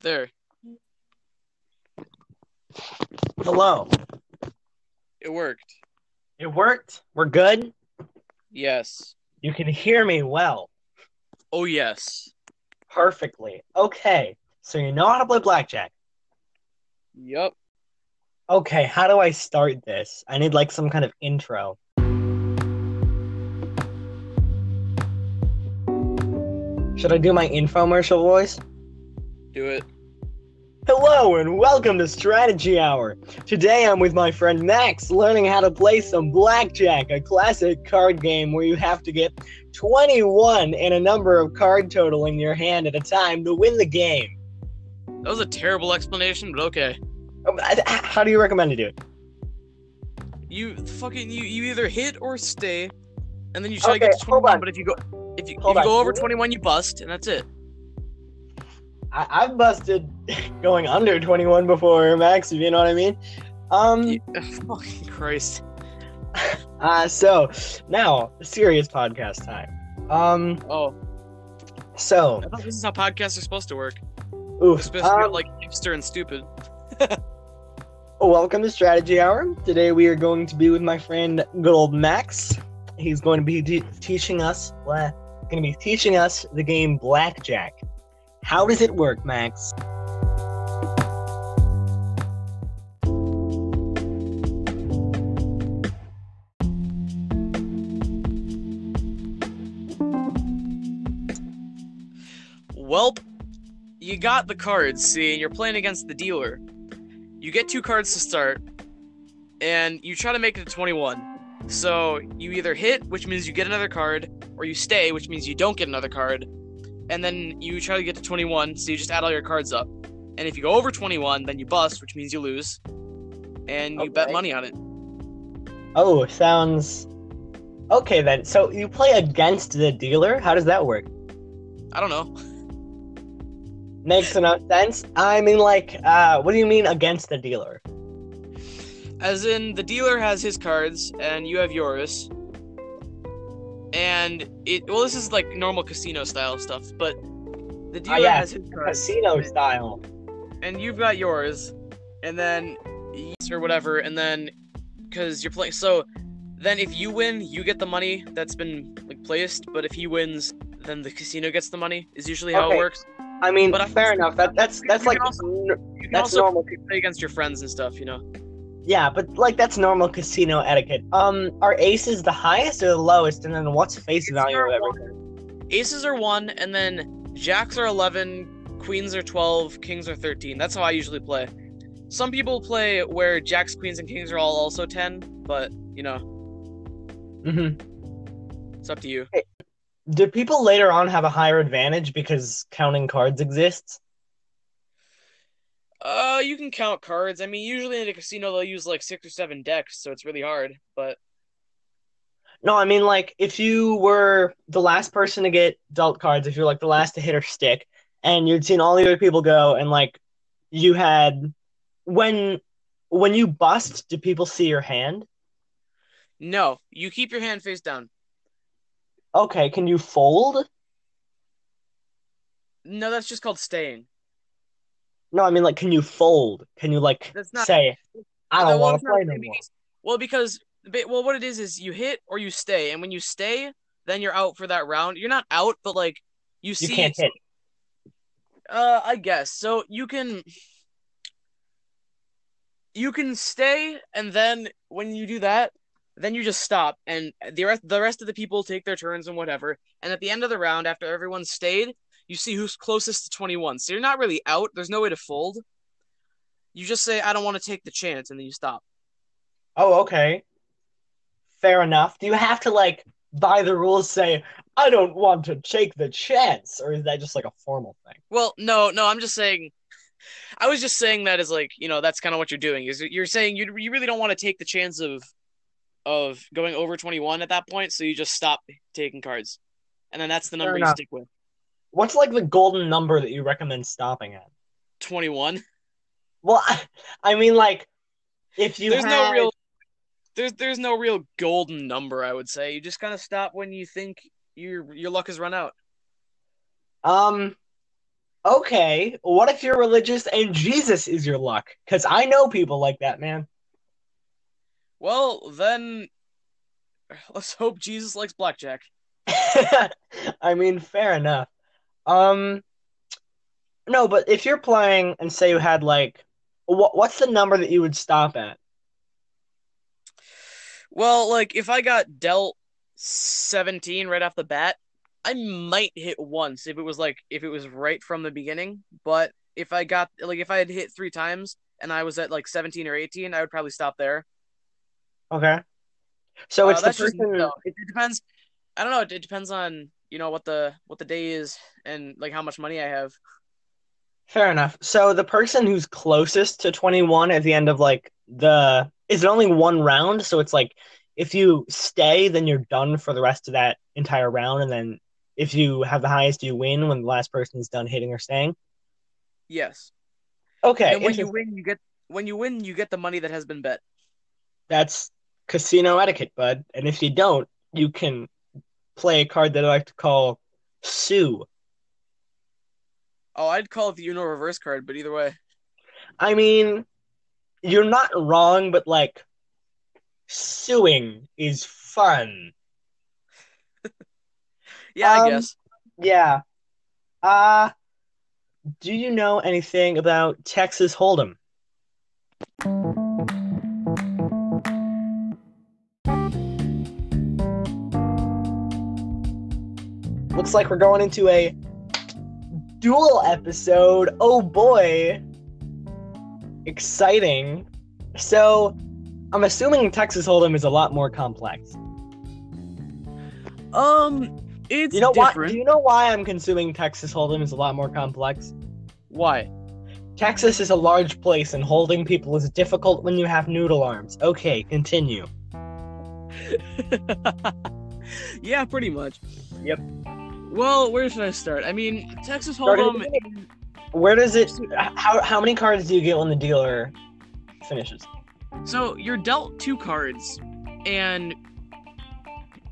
There. Hello. It worked. It worked. We're good. Yes. You can hear me well. Oh, yes. Perfectly. Okay. So you know how to play blackjack. Yup. Okay, how do I start this? I need like some kind of intro. Should I do my infomercial voice? Do it. Hello and welcome to Strategy Hour. Today I'm with my friend Max learning how to play some blackjack, a classic card game where you have to get 21 and a number of card total in your hand at a time to win the game. That was a terrible explanation, but okay. Um, I- I- How do you recommend to do it? You fucking you you either hit or stay, and then you try to Okay, get to hold 21. on. But if you go if you, if Hold you on. go over 21, you bust, and that's it. I, I've busted going under 21 before, Max, if you know what I mean. Um, You- Ugh, fucking Christ. uh, so now, serious podcast time. Um, Oh, so, I thought this is how podcasts are supposed to work. They're oof, supposed to um, be like hipster and stupid. Welcome to Strategy Hour. Today we are going to be with my friend good old Max. He's going to be te- teaching us blah, going to be teaching us the game blackjack. How does it work, Max? Welp, you got the cards, see, and you're playing against the dealer. You get two cards to start, and you try to make it to 21. So you either hit, which means you get another card, or you stay, which means you don't get another card, and then you try to get to 21, so you just add all your cards up. And if you go over 21, then you bust, which means you lose, and you bet Okay. money on it. Oh, sounds okay then. So you play against the dealer. How does that work? I don't know. Makes enough sense. I mean, like, uh, what do you mean against the dealer? As in, the dealer has his cards, and you have yours. And it well, this is like normal casino style stuff, but the dealer Oh, yeah, has his cards, Casino style. and you've got yours, and then yes or whatever, and then because you're playing. So then, if you win, you get the money that's been like placed. But if he wins, then the casino gets the money. Is usually how Okay, it works. I mean, But I- fair enough. That that's that's You like can also- n- You can that's also normal. play against your friends and stuff, you know. Yeah, but like that's normal casino etiquette. Um, are aces the highest or the lowest, and then what's the face Aces value are of everything? aces are one, and then jacks are eleven, queens are twelve, kings are thirteen. That's how I usually play. Some people play where jacks, queens, and kings are all also ten, but you know, Mm-hmm. it's up to you. Do people later on have a higher advantage because counting cards exists? Uh, you can count cards. I mean, usually in a casino they'll use like six or seven decks, so it's really hard. But No, I mean like if you were the last person to get dealt cards, if you're like the last to hit or stick, and you'd seen all the other people go, and like you had when when you bust, do people see your hand? no, you keep your hand face down. Okay, can you fold? No, that's just called staying. No, I mean like can you fold? Can you like That's not- say, I Well, don't what want I'm to trying play to no say more? because- Well, because ba- well, what it is is you hit or you stay, and when you stay, then you're out for that round. You're not out, but like you see, You can't hit. Uh, I guess so. You can you can stay, and then when you do that, then you just stop, and the rest the rest of the people take their turns and whatever. And at the end of the round, after everyone stayed, you see who's closest to twenty one. So you're not really out. There's no way to fold. You just say, "I don't want to take the chance," and then you stop. Oh, okay. Fair enough. Do you have to like by the rules say, I don't want to take the chance, or is that just like a formal thing? Well, no, no, I'm just saying. I was just saying that as like you know that's kind of what you're doing is you're saying you you really don't want to take the chance of of going over 21 at that point, so you just stop taking cards, and then that's the Fair number you enough. stick with What's like the golden number that you recommend stopping at? 21. Well, I, I mean like if you There's no had- real there's there's no real golden number I would say. You just kind of stop when you think your your luck has run out. um Okay, what if you're religious and Jesus is your luck? Because I know people like that, man. Well, then let's hope Jesus likes blackjack. I mean, fair enough. Um, no, but if you're playing and say you had like, what what's the number that you would stop at? Well, like if I got dealt 17 right off the bat, I might hit once if it was like if it was right from the beginning, but if I got like if I had hit 3 times and I was at like 17 or 18, I would probably stop there. Okay. So Uh, it's the that's just- person. no, it, it depends. I don't know. It, it depends on you know what the what the day is and like how much money I have. Fair enough. So the person who's closest to 21 at the end of like the is it only one round? So it's like if you stay, then you're done for the rest of that entire round, and then if you have the highest, you win when the last person is done hitting or staying. Yes. Okay, and when you interesting. win, you get when you win, you get the money that has been bet. that's casino etiquette, bud. And if you don't, you can play a card that I like to call sue. Oh, I'd call it the Uno reverse card, but either way, I mean, you're not wrong, but like suing is fun. yeah, I Um, guess. Yeah. Uh do you know anything about Texas Hold'em? Looks like we're going into a dual episode. Oh boy. Exciting. So, I'm assuming Texas Hold'em is a lot more complex. Um, it's You know why? different. Do you know why I'm consuming Texas Hold'em is a lot more complex? Why? Texas is a large place, and holding people is difficult when you have noodle arms. Okay, continue. Yeah, pretty much. Yep. Well, where should I start? I mean, Texas Start at the Hold'em. beginning. Where does it? How how many cards do you get when the dealer finishes? So you're dealt two cards, and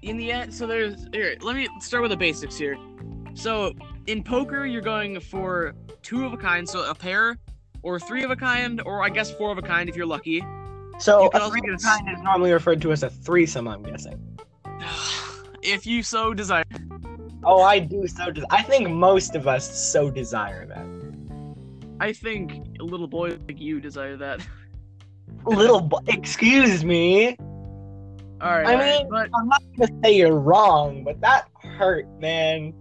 in the end, so there's here. Let me start with the basics here. So in poker, you're going for two of a kind, so a pair, or three of a kind, or I guess four of a kind if you're lucky. So You can a also three get of a a kind is normally referred to as a threesome. I'm guessing. if you so desire. Oh, I do so. Des- I think most of us so desire that. I think little boys like you desire that. Little, bu- excuse me. All right. I all right, mean- I'm not gonna say you're wrong, but that hurt, man.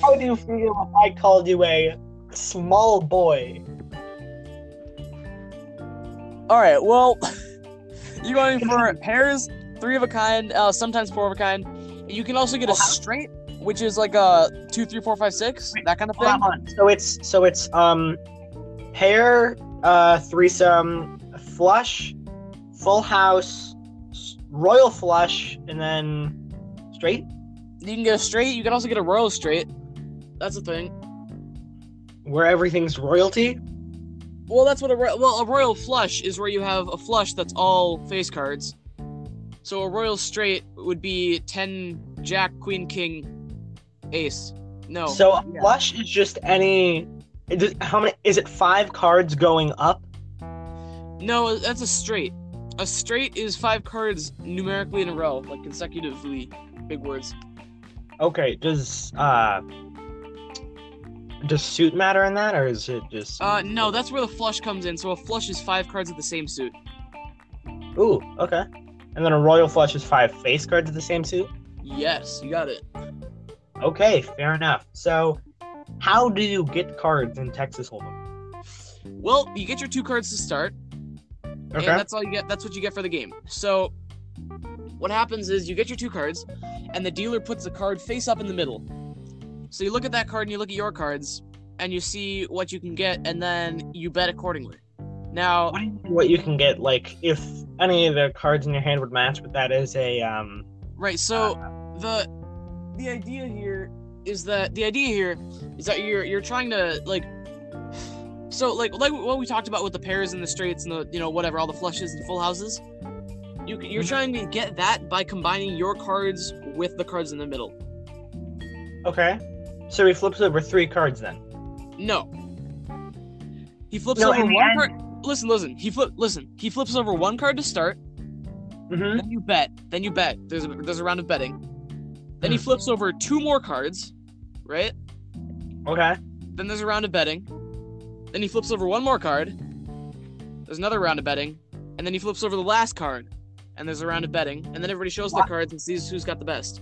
How do you feel if I called you a small boy? but all right. Well, you're going for pairs, three of a kind, uh, sometimes four of a kind. You can also get a Well, how- straight, which is like a two, three, four, five, six, that kind of thing. Hold on. So it's so it's um pair, uh threesome, flush, full house, s- royal flush, and then straight. You can get a straight. You can also get a royal straight. That's a thing. Where everything's royalty. Well, that's what a ro- well a royal flush is where you have a flush that's all face cards. So a royal straight would be ten jack queen king ace. No. so a Oh, yeah. flush is just any. it just- How many? Is it five cards going up? No, that's a straight. A straight is five cards numerically in a row, like consecutively. Big words. Okay. Does uh does suit matter in that, or is it just? Uh, no, that's where the flush comes in. So a flush is five cards of the same suit. Ooh. Okay. And then a royal flush is five face cards of the same suit. Yes, you got it. Okay, fair enough. So, how do you get cards in Texas Hold'em? Well, you get your two cards to start, and that's all you get. That's what you get for the game. So, what happens is you get your two cards, and the dealer puts the card face up in the middle. So you look at that card and you look at your cards, and you see what you can get, and then you bet accordingly. Now, What, do you, what you can get, like, if any of the cards in your hand would match, but that is a um. Right. So Uh, the the idea here is that the idea here is that you're you're trying to like so like like what we talked about with the pairs and the straights and the you know whatever all the flushes and full houses. You c- you're Mhm. trying to get that by combining your cards with the cards in the middle. Okay. So he flips over three cards then. No. He flips No, over in the one end- card. Listen, listen. He flip. Listen. He flips over one card to start. Mm-hmm. Then you bet. Then you bet. There's a, there's a round of betting. Then he Hmm. flips over two more cards, right? Okay. Then there's a round of betting. Then he flips over one more card. There's another round of betting, and then he flips over the last card, and there's a round of betting, and then everybody shows their What? cards and sees who's got the best.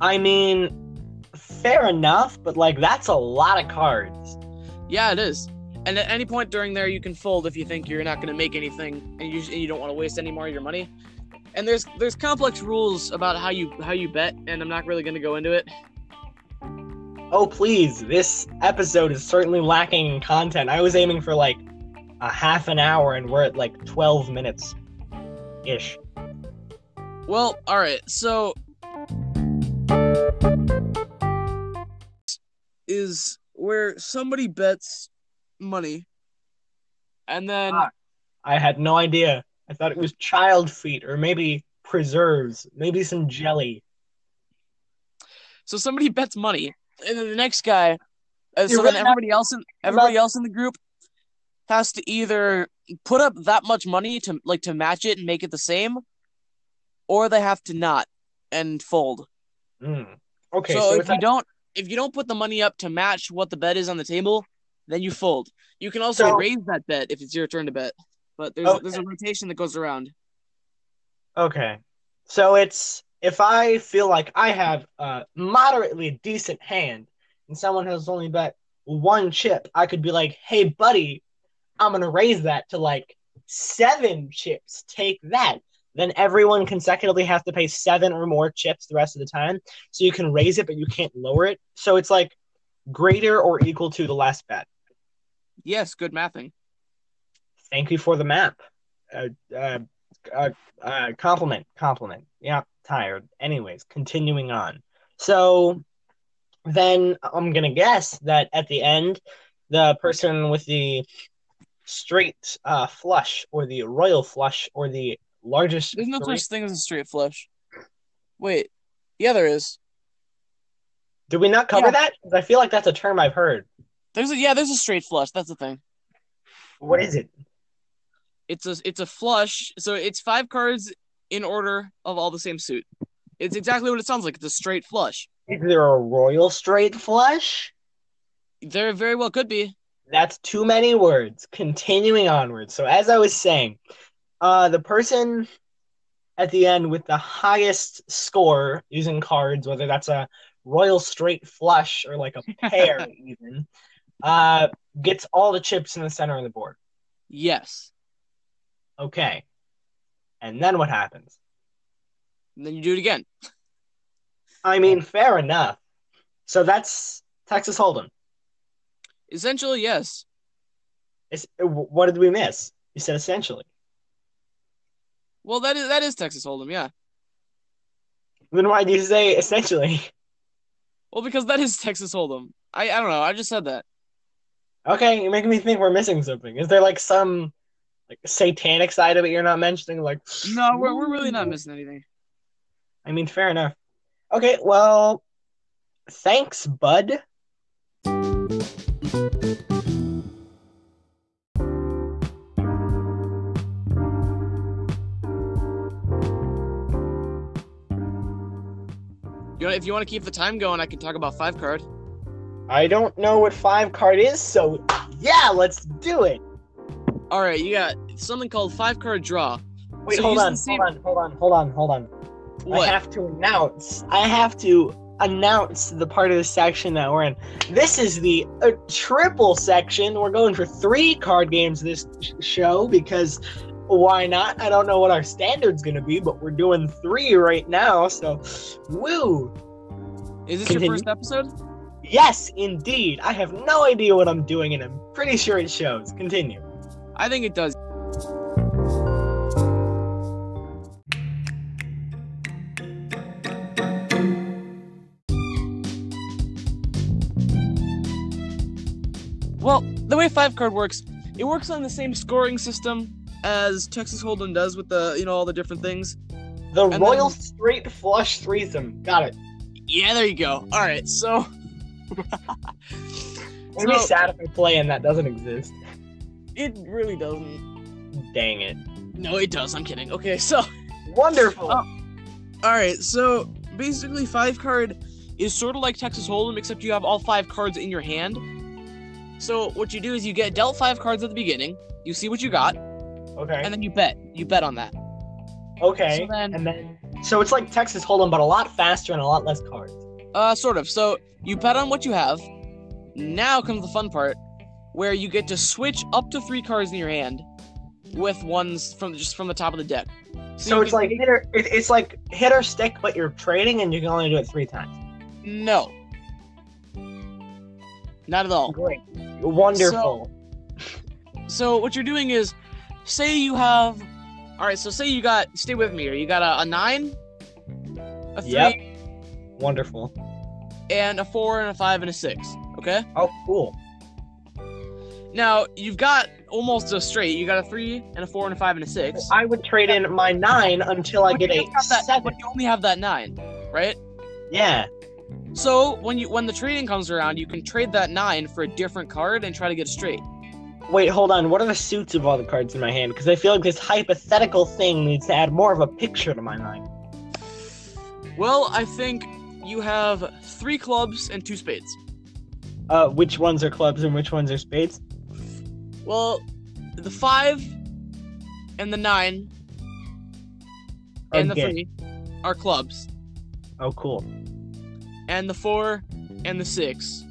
I mean, fair enough, but like that's a lot of cards. Yeah, it is. And at any point during there, you can fold if you think you're not going to make anything, and you and you don't want to waste any more of your money. And there's there's complex rules about how you how you bet, and I'm not really going to go into it. Oh please, this episode is certainly lacking in content. I was aiming for like a half an hour, and we're at like twelve minutes, ish. Well, all right. So is where somebody bets money and then Ah. I had no idea. I thought it was child feet or maybe preserves, maybe some jelly. so somebody bets money and then the next guy uh, You're so then right, everybody else in everybody else in the group has to either put up that much money to like to match it and make it the same or they have to not and fold. Mm. Okay, so, so, if it's you like- don't if you don't put the money up to match what the bet is on the table, then you fold. You can also So- raise that bet if it's your turn to bet. But there's Okay. there's a rotation that goes around. okay, so it's if I feel like I have a moderately decent hand and someone has only bet one chip, I could be like, "Hey, buddy, I'm gonna raise that to like seven chips. Take that." Then everyone consecutively has to pay seven or more chips the rest of the time. So you can raise it, but you can't lower it. So it's like greater or equal to the last bet. Yes, good mathing. Thank you for the map. Uh, uh, uh, uh, compliment, compliment. Yeah, tired. Anyways, continuing on. So then I'm gonna guess that at the end, the person with the straight uh, flush or the royal flush or the largest There's no three- such thing as a straight flush. Wait. Yeah, there is. Did we not cover Yeah. that? 'Cause I feel like that's a term I've heard. There's a yeah, there's a straight flush. That's the thing. What is it? It's a it's a flush. So it's five cards in order of all the same suit. It's exactly what it sounds like. It's a straight flush. Is there a royal straight flush? There very well could be. That's too many words. Continuing onward. So as I was saying, uh, the person at the end with the highest score using cards, whether that's a royal straight flush or like a pair even, uh, gets all the chips in the center of the board. Yes. Okay. And then what happens? And then you do it again. I mean, fair enough. So that's Texas Hold'em. Essentially, yes. It's, what did we miss? You said essentially. Well, that is that is Texas Hold'em, yeah. Then why do you say essentially? Well, because that is Texas Hold'em. I I don't know. I just said that. Okay, you're making me think we're missing something. Is there like some like satanic side of it you're not mentioning? Like No, we're we're really not missing anything. I mean, fair enough. Okay, well, thanks, bud. You know, if you want to keep the time going, I can talk about five card. I don't know what five card is, so yeah, let's do it. All right, you got something called five card draw. Wait, So hold use on, the same- hold on, hold on, hold on, hold on. What? I have to announce. I have to announce the part of the section that we're in. This is the uh, triple section. We're going for three card games this sh- show because why not? I don't know what our standard's going to be, but we're doing three right now. So, woo! Is this Continue. your first episode? Yes, indeed. I have no idea what I'm doing, and I'm pretty sure it shows. Continue. I think it does. Well, the way five card works, it works on the same scoring system as Texas Hold'em does with the you know all the different things. The then- Royal Straight Flush Threesome. Got it. Yeah, there you go. All right, so It'd be So- sad if I play and that doesn't exist. it really doesn't. Dang it. No, it does. I'm kidding. Okay, so Wonderful. Oh. all right, so basically, five card is sort of like Texas Hold'em, except you have all five cards in your hand. So what you do is you get dealt five cards at the beginning. You see what you got, okay. and then you bet. You bet on that. okay. So then, and then, so it's like Texas Hold'em, but a lot faster and a lot less cards. Uh, sort of. So you bet on what you have. Now comes the fun part, where you get to switch up to three cards in your hand, with ones from just from the top of the deck. So you it's can- like hit or it, it's like hit or stick, but you're trading and you can only do it three times. no, not at all. Great. Wonderful. So what you're doing is, say you have, all right. So say you got, stay with me. Here, you got a, a nine, a three, Yep. Wonderful. and a four, and a five, and a six. Okay. Oh, cool. Now you've got almost a straight. You got a three, and a four, and a five, and a six. I would trade in my nine until I But get you a only have that- seven. But you only have that nine, right? Yeah. So when you when the trading comes around, you can trade that nine for a different card and try to get it straight. Wait, hold on. What are the suits of all the cards in my hand? Because I feel like this hypothetical thing needs to add more of a picture to my mind. Well, I think you have three clubs and two spades. Uh, which ones are clubs and which ones are spades? Well, the five and the nine Are and the gay. three are clubs, Oh, cool. and the four and the six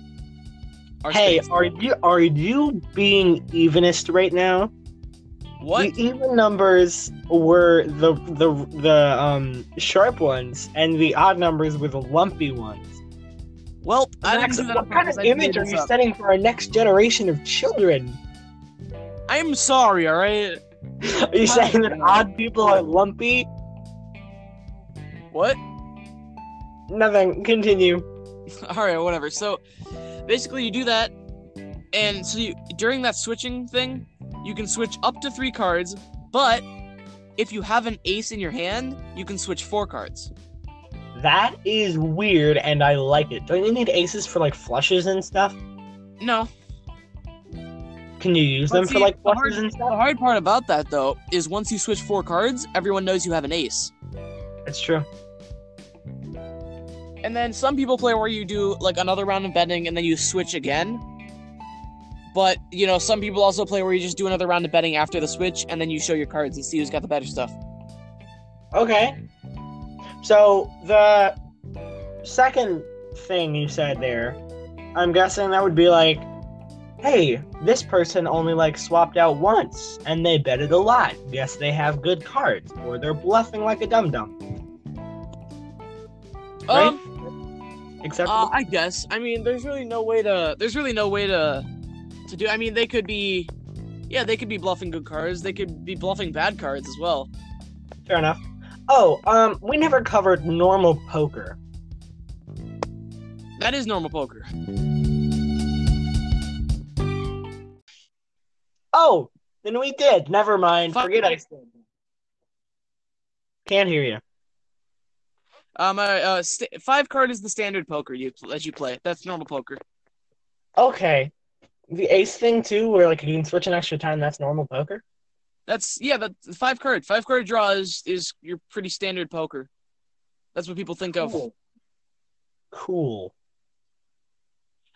are Hey, spades. are you are you being evenist right now? what? The even numbers were the the the um sharp ones, and the odd numbers were the lumpy ones. Well, I didn't Max, do that on what kind purpose, of I made image are this you up. setting for our next generation of children? I'm sorry, all right. Are you saying that odd people are lumpy? What? Nothing. Continue. All right, whatever. So basically, you do that, and so you, during that switching thing, you can switch up to three cards. But if you have an ace in your hand, you can switch four cards. That is weird, and I like it. Don't you need aces for like flushes and stuff? No, Can you use But them for see, like the flushes hard- and the stuff? hard part about that though is once you switch four cards, everyone knows you have an ace. That's true. And then some people play where you do like another round of betting and then you switch again. But you know, some people also play where you just do another round of betting after the switch and then you show your cards and see who's got the better stuff. Okay. So the second thing you said there, I'm guessing that would be like, hey, this person only like swapped out once and they betted a lot. Guess they have good cards, or they're bluffing like a dum dum. Right? Um, Except Uh, I guess. I mean, there's really no way to. There's really no way to, to do. I mean, they could be, yeah, they could be bluffing good cards. They could be bluffing bad cards as well. fair enough. Oh, um, we never covered normal poker. That is normal poker. Oh, then we did. Never mind. Fuck Forget I you. said. that. Can't hear you. Um, uh, uh st- five card is the standard poker you that you play. That's normal poker. Okay. The ace thing too, where like you can switch an extra time. That's normal poker. That's yeah. That five card, five card draw is is your pretty standard poker. That's what people think of. Cool. Cool.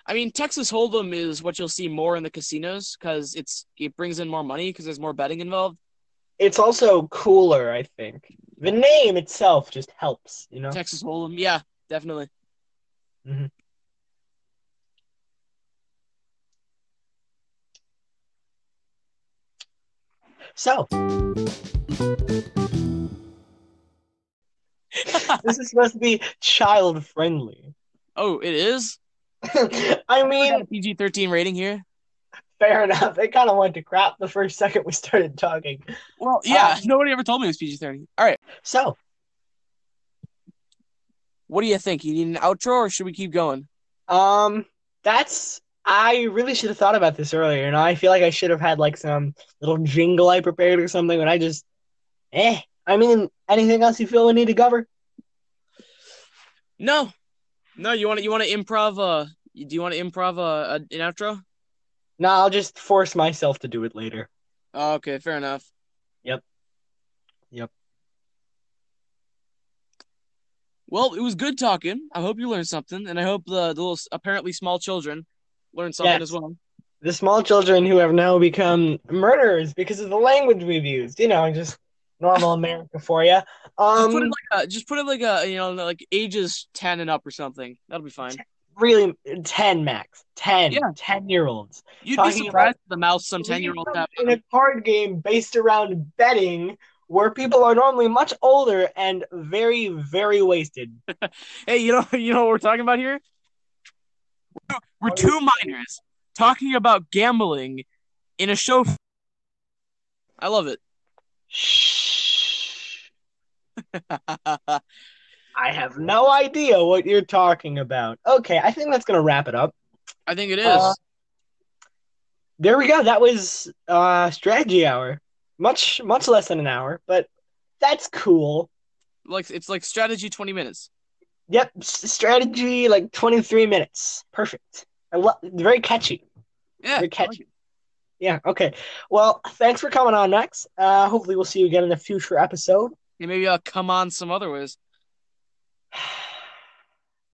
I mean, Texas Hold'em is what you'll see more in the casinos because it's it brings in more money because there's more betting involved. It's also cooler, I think. The name itself just helps, you know. Texas Hold'em, yeah, definitely. Mhm. So. this is supposed to be child friendly. Oh, it is. I mean, PG thirteen rating here. fair enough. It kind of went to crap the first second we started talking. Well, yeah. um, nobody ever told me it was PG thirteen. All right. So, What do you think? You need an outro, or should we keep going? um, that's I really should have thought about this earlier, and I feel like I should have had like some little jingle I prepared or something. But I just, eh. I mean, anything else you feel we need to cover? No. No, you want to you want to improv? Uh, you- do you want to improv uh, a- an outro? No, I'll just force myself to do it later. Oh, okay, fair enough. Yep. Yep. Well, it was good talking. I hope you learned something, and I hope the, the little s- apparently small children learned something Yes. as well. The small children who have now become murderers because of the language we've used. You know, just normal America for you. Just Um, put it like a, just put it like a you know like ages ten and up or something. That'll be fine. really, ten max, ten, Yeah. ten year olds. You'd be Talking about- surprised at the mouth some ten year olds have. in a card game based around betting where people are normally much older and very very wasted Hey, you know you know what we're talking about here? We're- We're two minors talking about gambling in a show. I love it. shh i have no idea what you're talking about okay i think that's gonna wrap it up I think it is. Uh, there we go that was uh strategy hour much much less than an hour but that's cool like it's like strategy twenty minutes. yep s- strategy like 23 minutes perfect i love very catchy Yeah. Good I like catch. it. Yeah, okay. Well, thanks for coming on, Max. Uh, hopefully, we'll see you again in a future episode. And maybe I'll come on some other ways.